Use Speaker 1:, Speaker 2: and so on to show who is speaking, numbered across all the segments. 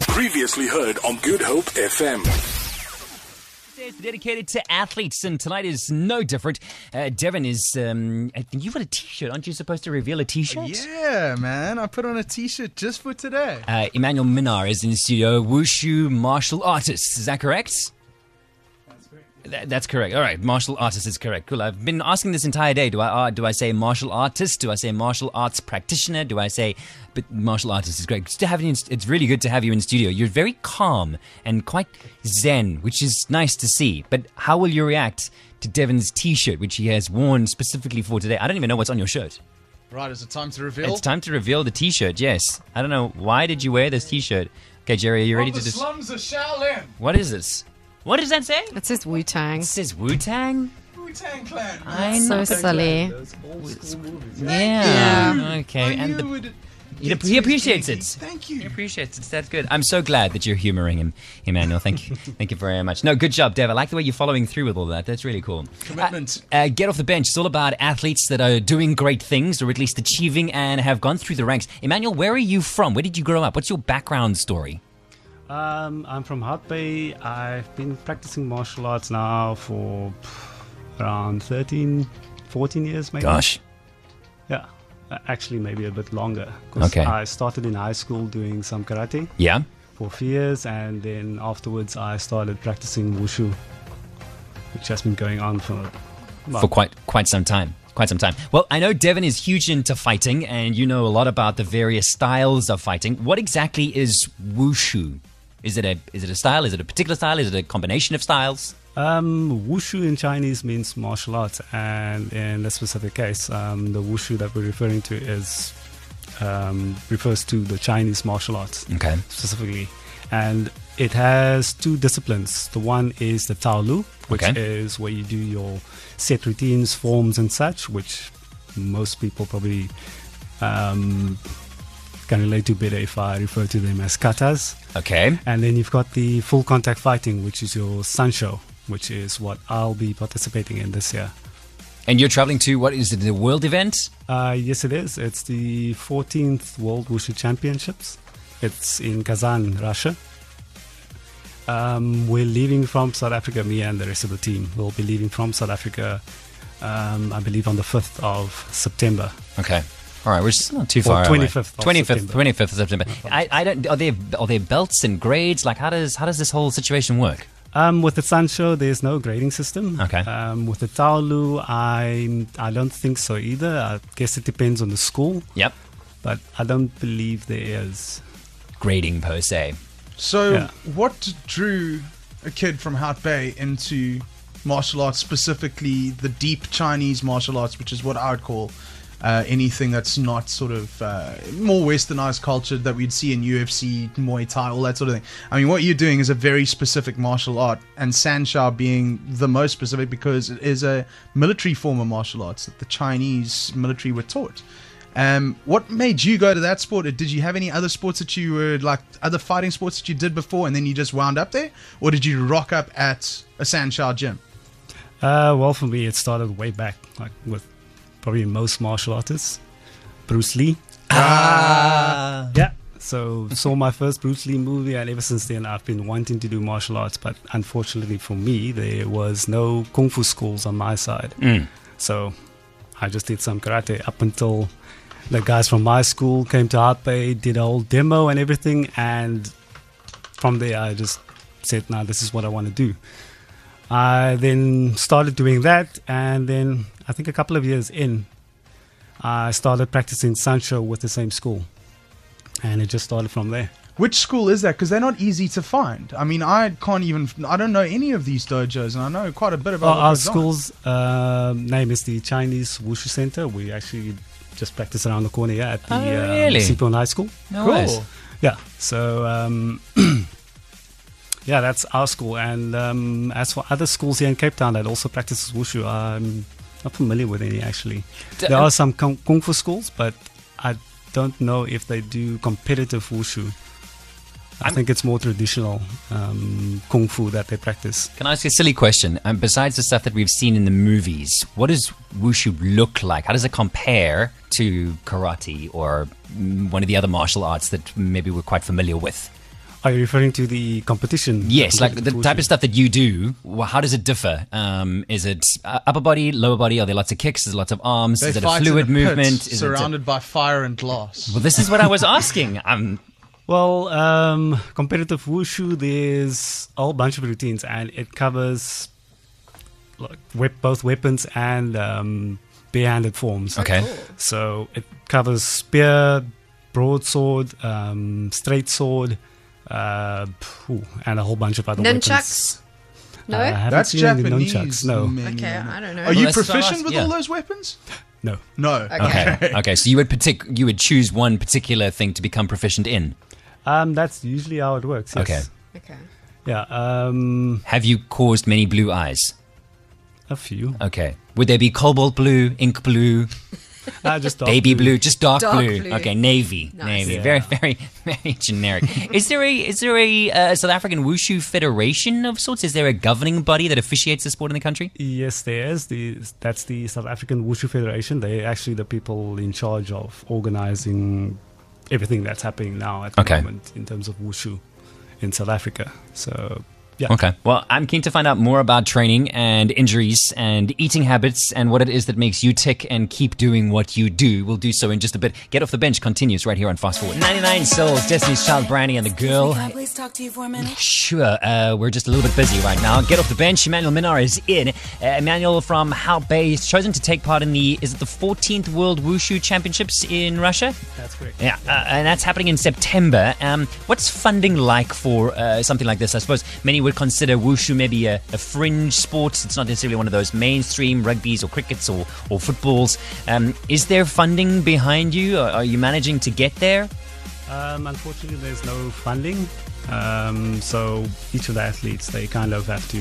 Speaker 1: Previously heard on Good Hope FM.
Speaker 2: It's dedicated to athletes, and tonight is no different. Uh, Devin is, um, I think you've got a t shirt. Aren't you supposed to reveal a t shirt?
Speaker 3: Yeah, man. I put on a t shirt just for today.
Speaker 2: Uh, Emmanuel Minar is in the studio, wushu martial artist. Is that correct? That- That's correct. All right, martial artist is correct. Cool. I've been asking this entire day. Do I uh, do I say martial artist? Do I say martial arts practitioner? Do I say? But martial artist is great. Good to have you. In, it's really good to have you in studio. You're very calm and quite zen, which is nice to see. But how will you react to Devin's T-shirt, which he has worn specifically for today? I don't even know what's on your shirt.
Speaker 3: Right, is it time to reveal?
Speaker 2: It's time to reveal the T-shirt. Yes. I don't know why did you wear this T-shirt. Okay, Jerry, are you ready to just?
Speaker 3: slums of Shaolin,
Speaker 2: What is this? Oh, What does that say? It
Speaker 4: It's just Wu Tang.
Speaker 2: says Wu Tang.
Speaker 3: Wu Tang Clan.
Speaker 2: I
Speaker 4: So silly.
Speaker 2: Yeah.
Speaker 4: Yeah.
Speaker 2: Okay. And the, he,
Speaker 3: it's
Speaker 2: he appreciates
Speaker 3: easy.
Speaker 2: it.
Speaker 3: Thank
Speaker 2: He
Speaker 3: you.
Speaker 2: appreciates it. That's good. I'm so glad that you're humoring him, Emmanuel. Thank you. Thank you very much. No, good job, Dev. I like the way you're following through with all that. That's really cool.
Speaker 3: Commitment.
Speaker 2: Uh, uh, get off the bench. It's all about athletes that are doing great things, or at least achieving and have gone through the ranks. Emmanuel, where are you from? Where did you grow up? What's your background story?
Speaker 5: Um, I'm from Hot Bay. I've been practicing martial arts now for pff, around 13, 14 years, maybe.
Speaker 2: Gosh.
Speaker 5: Yeah. Uh, Actually, maybe a bit longer. 'cause
Speaker 2: Okay.
Speaker 5: I started in high school doing some karate
Speaker 2: Yeah.
Speaker 5: for four years, and then afterwards, I started practicing wushu, which has been going on for. well,
Speaker 2: for quite quite some time. Quite some time. Well, I know Devin is huge into fighting, and you know a lot about the various styles of fighting. What exactly is wushu? Is it a is it a style? Is it a particular style? Is it a combination of styles?
Speaker 5: Um, wushu in Chinese means martial arts, and in this specific case, um, the wushu that we're referring to is um, refers to the Chinese martial arts
Speaker 2: Okay.
Speaker 5: specifically, and it has two disciplines. The one is the Taolu, which
Speaker 2: Okay.
Speaker 5: is where you do your set routines, forms, and such, which most people probably um, can relate to better if I refer to them as katas.
Speaker 2: Okay.
Speaker 5: And then you've got the full contact fighting, which is your sun show, which is what I'll be participating in this year.
Speaker 2: And you're traveling to what is it? The world event?
Speaker 5: Uh, yes, it is. It's the 14th World Wushu Championships. It's in Kazan, Russia. Um, we're leaving from South Africa, me and the rest of the team. We'll be leaving from South Africa, um, I believe, on the 5th of September.
Speaker 2: Okay. All right, we're still not too
Speaker 5: Or
Speaker 2: far
Speaker 5: 25th of
Speaker 2: away. 25th,
Speaker 5: September.
Speaker 2: 25th of September. I, I don't. Are there are there belts and grades? Like, how does how does this whole situation work?
Speaker 5: Um, with the Sun Show, there's no grading system.
Speaker 2: Okay.
Speaker 5: Um, with the Taolu, I I don't think so either. I guess it depends on the school,
Speaker 2: Yep.
Speaker 5: but I don't believe there is.
Speaker 2: Grading per se.
Speaker 3: So,
Speaker 5: Yeah.
Speaker 3: what drew a kid from Hout Bay into martial arts, specifically the deep Chinese martial arts, which is what I would call uh, anything that's not sort of uh, more westernized culture that we'd see in UFC, Muay Thai, all that sort of thing. I mean, what you're doing is a very specific martial art, and Sanshao being the most specific because it is a military form of martial arts that the Chinese military were taught. Um, what made you go to that sport? Did you have any other sports that you were like other fighting sports that you did before, and then you just wound up there, or did you rock up at a Sanshar gym?
Speaker 5: Uh, well, for me, it started way back, like with probably most martial artists, Bruce Lee. Ah. Yeah. So saw my first Bruce Lee movie, and ever since then, I've been wanting to do martial arts. But unfortunately for me, there was no kung fu schools on my side. So I just did some karate up until the guys from my school came to Art Bay, did a whole demo and everything, and from there I just said, "Now this is what I want to do." I then started doing that, and then I think a couple of years in, I started practicing Sancho with the same school, and it just started from there.
Speaker 3: Which school is that? Because they're not easy to find. I mean, I can't even. I don't know any of these dojos, and I know quite a bit about
Speaker 5: Well,
Speaker 3: what
Speaker 5: our
Speaker 3: goes on.
Speaker 5: school's um name is the Chinese Wushu Center. We actually just practice around the corner here at the
Speaker 2: Oh,
Speaker 5: um,
Speaker 2: really?
Speaker 5: Sipon High School.
Speaker 2: No ways.
Speaker 3: Cool.
Speaker 5: Yeah. So, um, yeah, that's our school. And um, as for other schools here in Cape Town that also practices wushu, I'm not familiar with any actually.
Speaker 2: D-
Speaker 5: there are some kung, kung fu schools, but I don't know if they do competitive wushu. I think it's more traditional um, kung fu that they practice.
Speaker 2: Can I ask you a silly question? Um, besides the stuff that we've seen in the movies, what does wushu look like? How does it compare to karate or mm, one of the other martial arts that maybe we're quite familiar with?
Speaker 5: Are you referring to the competition?
Speaker 2: Yes, like the
Speaker 5: Competitive
Speaker 2: type of
Speaker 5: Wushu?
Speaker 2: stuff that you do. wh- How does it differ? Um, is it uh, upper body, lower body? Are there lots of kicks? Is there lots of arms?
Speaker 3: They
Speaker 2: is it a
Speaker 3: fight
Speaker 2: fluid
Speaker 3: in a pit
Speaker 2: movement? Is
Speaker 3: surrounded
Speaker 2: It
Speaker 3: by fire and glass.
Speaker 2: well, this is what I was asking. Um,
Speaker 5: Well, um, competitive wushu, there's a whole bunch of routines, and it covers like wep- both weapons and um, barehanded forms.
Speaker 2: okay.
Speaker 4: Oh,
Speaker 5: So it covers spear, broadsword, um, straight sword, uh, phew, and a whole bunch of other
Speaker 4: Nunchucks?
Speaker 5: weapons.
Speaker 4: No?
Speaker 5: Uh, I haven't
Speaker 3: That's
Speaker 5: seen any
Speaker 3: Japanese.
Speaker 5: nunchucks. No,
Speaker 3: man,
Speaker 4: okay,
Speaker 3: yeah.
Speaker 4: I don't know.
Speaker 3: Are you
Speaker 2: Well, that's what I
Speaker 3: proficient
Speaker 2: asked,
Speaker 3: with
Speaker 2: yeah.
Speaker 3: all those weapons?
Speaker 5: no.
Speaker 3: No.
Speaker 4: Okay.
Speaker 2: Okay. Okay. So you would partic- you would choose one particular thing to become proficient in.
Speaker 5: Um, that's usually how it works. Yes.
Speaker 2: Okay.
Speaker 4: Okay.
Speaker 5: Yeah. Um,
Speaker 2: Have you caused many blue eyes?
Speaker 5: a few.
Speaker 2: Okay. Would there be cobalt blue, ink blue,
Speaker 5: Uh, just dark
Speaker 2: baby blue, just dark,
Speaker 4: Dark
Speaker 2: blue.
Speaker 4: blue.
Speaker 2: Okay, navy,
Speaker 4: Nice.
Speaker 2: navy.
Speaker 5: Yeah.
Speaker 2: Very, very, very generic. is there a is there a uh, South African wushu federation of sorts? Is there a governing body that officiates the sport in the country?
Speaker 5: Yes, there is. The, that's the South African Wushu Federation. They're actually the people in charge of organizing everything that's happening now at the
Speaker 2: Okay.
Speaker 5: moment in terms of Wushu in South Africa. So, yeah.
Speaker 2: Okay. Well, I'm keen to find out more about training and injuries and eating habits and what it is that makes you tick and keep doing what you do. We'll do so in just a bit. Get off the bench continues right here on Fast Forward. 99 Souls, Destiny's Child, Brandy, and the girl.
Speaker 6: Can I please talk to you for a minute?
Speaker 2: Sure, uh, we're just a little bit busy right now. Get off the bench. Emmanuel Minar is in. Uh, Emmanuel from How Bay is chosen to take part in the is it the 14th World Wushu Championships in Russia?
Speaker 5: That's great.
Speaker 2: Yeah, uh, and that's happening in September. Um, what's funding like for uh, something like this? I suppose many would consider wushu maybe a, a fringe sport. It's not necessarily one of those mainstream rugbies or crickets or or footballs. Um, is there funding behind you? Are, are you managing to get there?
Speaker 5: Um, unfortunately, there's no funding. Um, so, each of the athletes, they kind of have to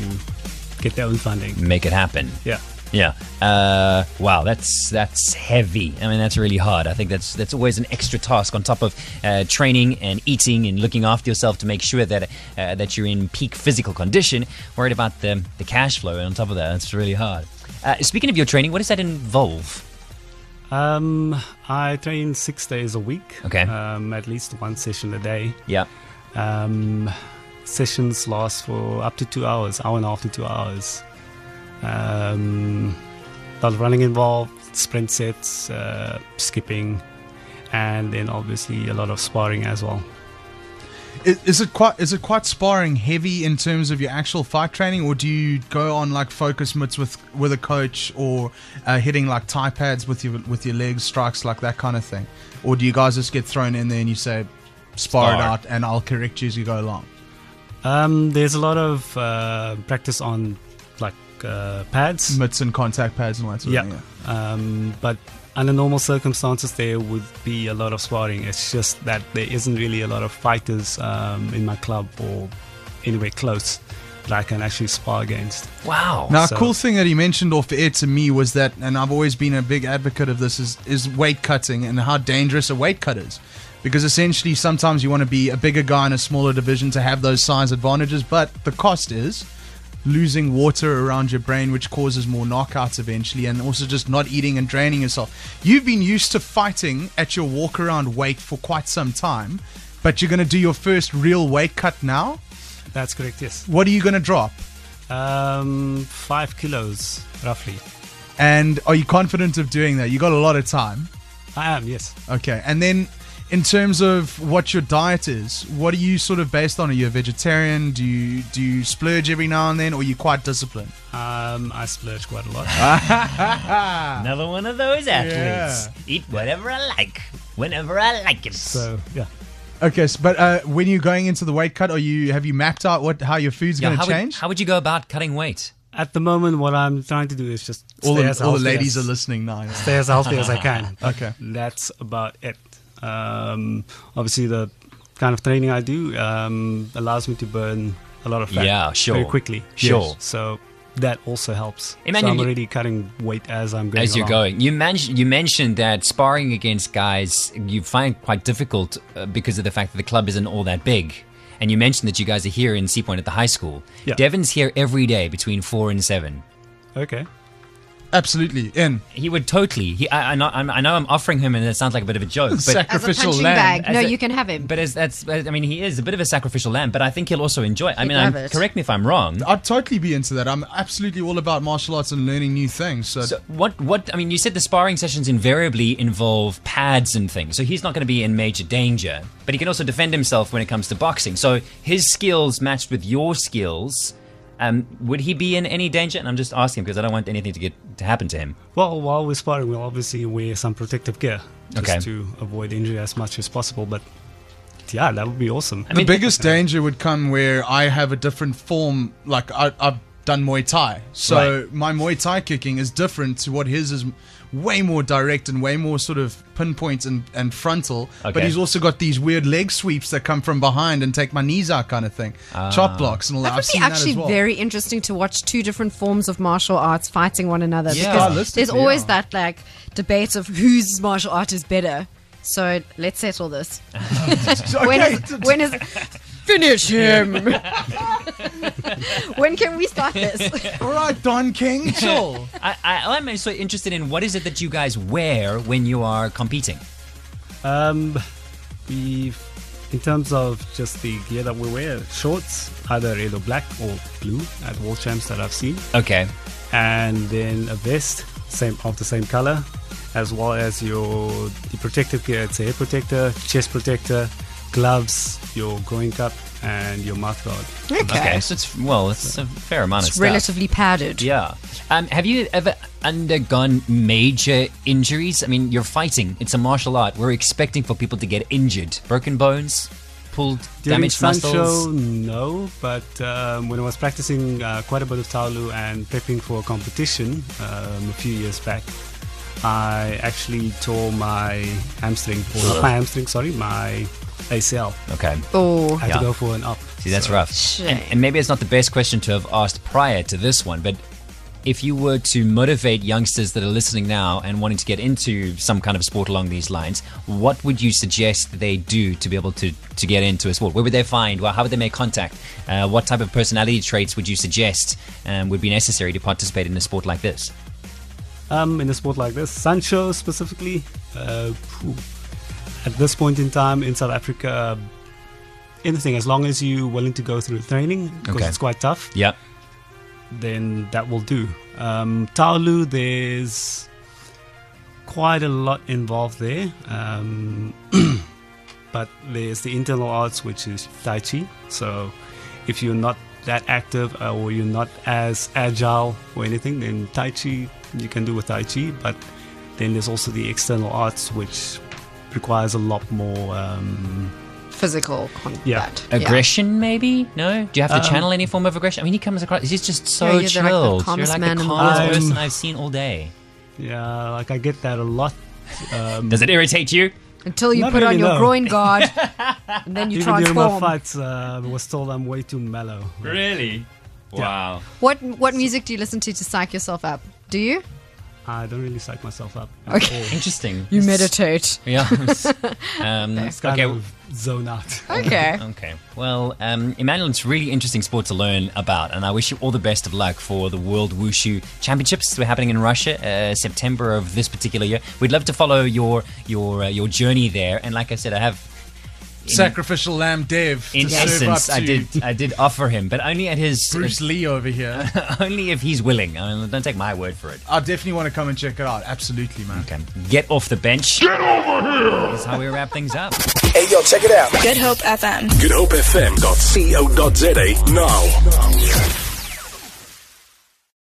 Speaker 5: get their own funding.
Speaker 2: Make it happen.
Speaker 5: Yeah.
Speaker 2: Yeah. Uh, wow, that's that's heavy. I mean, that's really hard. I think that's that's always an extra task on top of uh, training and eating and looking after yourself to make sure that uh, that you're in peak physical condition. Worried about the the cash flow, and on top of that, that's really hard. Uh, speaking of your training, what does that involve?
Speaker 5: Um, I train six days a week.
Speaker 2: Okay.
Speaker 5: Um, at least one session a day.
Speaker 2: Yeah.
Speaker 5: Um, sessions last for up to two hours, hour and a half to two hours. Um, a lot of running involved, sprint sets, uh, skipping, and then obviously a lot of sparring as well.
Speaker 3: Is, is it quite is it quite sparring heavy in terms of your actual fight training, or do you go on like focus mitts with with a coach, or uh, hitting like tie pads with your with your legs, strikes like that kind of thing, or do you guys just get thrown in there and you say spar, it
Speaker 2: Spar.
Speaker 3: out and I'll correct you as you go along?
Speaker 5: Um, there's a lot of uh, practice on like uh, pads.
Speaker 3: Mitts and contact pads and all that sort of
Speaker 5: Yeah.
Speaker 3: thing.
Speaker 5: Um, but under normal circumstances, there would be a lot of sparring. It's just that there isn't really a lot of fighters um, in my club or anywhere close that I can actually spar against.
Speaker 2: Wow.
Speaker 3: Now,
Speaker 5: So-
Speaker 3: a cool thing that he mentioned off air to me was that, and I've always been a big advocate of this, is, is weight cutting and how dangerous a weight cut is. Because essentially, sometimes you want to be a bigger guy in a smaller division to have those size advantages, but the cost is losing water around your brain, which causes more knockouts eventually, and also just not eating and draining yourself. You've been used to fighting at your walk around weight for quite some time, but you're going to do your first real weight cut now.
Speaker 5: That's correct, yes.
Speaker 3: What are you going to drop?
Speaker 5: Um, five kilos, roughly.
Speaker 3: And are you confident of doing that? You got a lot of time.
Speaker 5: I am, yes.
Speaker 3: Okay, and then in terms of what your diet is, what are you sort of based on? Are you a vegetarian? Do you do you splurge every now and then, or are you quite disciplined?
Speaker 5: Um, I splurge quite a lot.
Speaker 2: Another one of those athletes.
Speaker 3: Yeah.
Speaker 2: Eat whatever I like, whenever I like it.
Speaker 5: so, yeah.
Speaker 3: Okay, so, but uh, when you're going into the weight cut, are you have you mapped out what how your food's
Speaker 2: Yeah,
Speaker 3: going
Speaker 2: how
Speaker 3: to
Speaker 2: would-
Speaker 3: change?
Speaker 2: how would you go about cutting weight?
Speaker 5: At the moment, what I'm trying to do is just
Speaker 3: all
Speaker 5: stay
Speaker 3: the,
Speaker 5: as
Speaker 3: all the
Speaker 5: healthy
Speaker 3: ladies
Speaker 5: as-
Speaker 3: are listening now. yeah.
Speaker 5: stay as healthy as I can. But
Speaker 3: Okay.
Speaker 5: That's about it. Um, obviously, the kind of training I do um, allows me to burn a lot of fat
Speaker 2: Yeah, sure.
Speaker 5: very quickly.
Speaker 2: Sure.
Speaker 5: So that also helps.
Speaker 2: Emmanuel,
Speaker 5: so I'm
Speaker 2: you-
Speaker 5: already cutting weight as I'm going.
Speaker 2: as you're
Speaker 5: along.
Speaker 2: going. You mentioned you mentioned that sparring against guys you find quite difficult uh, because of the fact that the club isn't all that big. And you mentioned that you guys are here in Seapoint at the high school.
Speaker 5: Yeah.
Speaker 2: Devon's here every day between four and seven.
Speaker 5: Okay.
Speaker 3: Absolutely. In.
Speaker 2: He would totally. He, I, I, know, I'm, I know I'm offering him, and it sounds like a bit of a joke, but
Speaker 4: As a
Speaker 3: Sacrificial
Speaker 4: punching
Speaker 3: lamb.
Speaker 4: bag. No,
Speaker 2: As a-
Speaker 4: you can have him.
Speaker 2: but as that's, I mean, he is a bit of a sacrificial lamb, but I think he'll also enjoy. it. I
Speaker 4: He'd
Speaker 2: mean, I'm,
Speaker 4: love it.
Speaker 2: correct me if I'm wrong.
Speaker 3: I'd totally be into that. I'm absolutely all about martial arts and learning new things. So,
Speaker 2: So what? What? I mean, you said the sparring sessions invariably involve pads and things, so he's not going to be in major danger. But he can also defend himself when it comes to boxing. So his skills matched with your skills, um, would he be in any danger? And I'm just asking because I don't want anything to get to happen to him.
Speaker 5: Well, while we're sparring, we'll obviously wear some protective gear just
Speaker 2: Okay.
Speaker 5: to avoid injury as much as possible. But yeah, that would be awesome.
Speaker 2: I
Speaker 3: the
Speaker 2: mean,
Speaker 3: biggest danger would come where I have a different form. Like I, I've done Muay Thai, so
Speaker 2: Right.
Speaker 3: my Muay Thai kicking is different to what his is. Way more direct and way more sort of pinpoint and, and frontal. But
Speaker 2: Okay.
Speaker 3: he's also got these weird leg sweeps that come from behind and take my knees out, kind of thing.
Speaker 2: Ah.
Speaker 3: Chop blocks and all that.
Speaker 4: that
Speaker 3: I've
Speaker 4: would be
Speaker 3: seen
Speaker 4: actually
Speaker 3: that as well.
Speaker 4: very interesting to watch two different forms of martial arts fighting one another.
Speaker 2: Yeah.
Speaker 4: Because
Speaker 3: Stylistically,
Speaker 4: there's always
Speaker 3: yeah.
Speaker 4: that like debate of whose martial art is better. So let's settle this. when, is, when is finish him? when can we start this?
Speaker 3: all right, Don King, chill.
Speaker 2: I, I, I'm so interested in what is it that you guys wear when you are competing.
Speaker 5: Um, we, in terms of just the gear that we wear, shorts either red or black or blue at World Champs that I've seen,
Speaker 2: Okay.
Speaker 5: and then a vest same of the same color, as well as your the protective gear. It's a hair protector, chest protector, gloves, your groin cup, and your mouth guard.
Speaker 2: Okay. So it's well, it's a fair amount of
Speaker 4: It's
Speaker 2: stuff.
Speaker 4: relatively padded.
Speaker 2: Yeah. Um, have you ever undergone major injuries? I mean, you're fighting. It's a martial art. We're expecting for people to get injured, broken bones, pulled,
Speaker 5: During
Speaker 2: damaged
Speaker 5: Sun
Speaker 2: muscles.
Speaker 5: Show, no, but um, when I was practicing uh, quite a bit of Taolu and prepping for a competition um, a few years back, I actually tore my hamstring, or not
Speaker 2: Uh-huh.
Speaker 5: my hamstring, sorry, my ACL.
Speaker 2: Okay.
Speaker 4: Oh,
Speaker 5: I had
Speaker 2: Yeah.
Speaker 5: to go for an up.
Speaker 2: See, that's rough.
Speaker 4: Shame.
Speaker 2: And, and maybe it's not the best question to have asked prior to this one, but if you were to motivate youngsters that are listening now and wanting to get into some kind of sport along these lines, what would you suggest that they do to be able to, to get into a sport? Where would they find? Well, how would they make contact? Uh, what type of personality traits would you suggest um, would be necessary to participate in a sport like this?
Speaker 5: Um, in a sport like this, Sancho specifically, uh, phew. at this point in time in South Africa, anything as long as you're willing to go through training, because
Speaker 2: Okay.
Speaker 5: it's quite tough.
Speaker 2: Yep.
Speaker 5: then that will do. Um, Taolu, there's quite a lot involved there, um, but there's the internal arts, which is Tai Chi. So if you're not that active uh, or you're not as agile or anything, then Tai Chi you can do with Tai Chi. But then there's also the external arts, which requires a lot more. Um,
Speaker 4: physical combat.
Speaker 5: Yeah.
Speaker 4: Yeah.
Speaker 2: Aggression, maybe? No? Do you have to
Speaker 5: Um,
Speaker 2: channel any form of aggression? I mean, he comes across, he's just so
Speaker 4: Yeah, you're the- like the
Speaker 2: chilled. you're
Speaker 4: calmest
Speaker 2: like
Speaker 4: man
Speaker 2: the
Speaker 4: in the
Speaker 2: calmest
Speaker 5: world.
Speaker 2: person
Speaker 5: Um,
Speaker 2: I've seen all day.
Speaker 5: yeah, like I get that a lot. Um,
Speaker 2: Does it irritate you?
Speaker 4: Until you
Speaker 5: Not
Speaker 4: put on
Speaker 5: really,
Speaker 4: your
Speaker 5: no.
Speaker 4: groin guard, and then you
Speaker 5: even during my
Speaker 4: transform.
Speaker 5: fights, uh, I was told I'm way too mellow.
Speaker 2: Really? Wow.
Speaker 4: What what music do you listen to to psych yourself up? Do you?
Speaker 5: I don't really psych myself up. at
Speaker 4: Okay.
Speaker 5: all.
Speaker 2: Interesting.
Speaker 4: You meditate.
Speaker 2: Yeah. um,
Speaker 5: It's kind
Speaker 2: okay.
Speaker 5: of zone out.
Speaker 4: Okay.
Speaker 2: Okay. Well, um, Emmanuel, it's really interesting sport to learn about, and I wish you all the best of luck for the World Wushu Championships. They're happening in Russia, uh, September of this particular year. We'd love to follow your your uh, your journey there, and like I said, I have
Speaker 3: Sacrificial lamb Dev
Speaker 2: in
Speaker 3: to serve up
Speaker 2: essence,
Speaker 3: to
Speaker 2: I did I did offer him, but only at his
Speaker 3: Bruce Lee over here.
Speaker 2: only if he's willing. I mean, don't take my word for it.
Speaker 3: I definitely want to come and check it out. Absolutely, man.
Speaker 2: Okay. Get off the bench. Get over here. Is how we wrap things up.
Speaker 6: Hey, yo, check it out.
Speaker 7: Good Hope FM.
Speaker 1: goodhopefm.co.za now.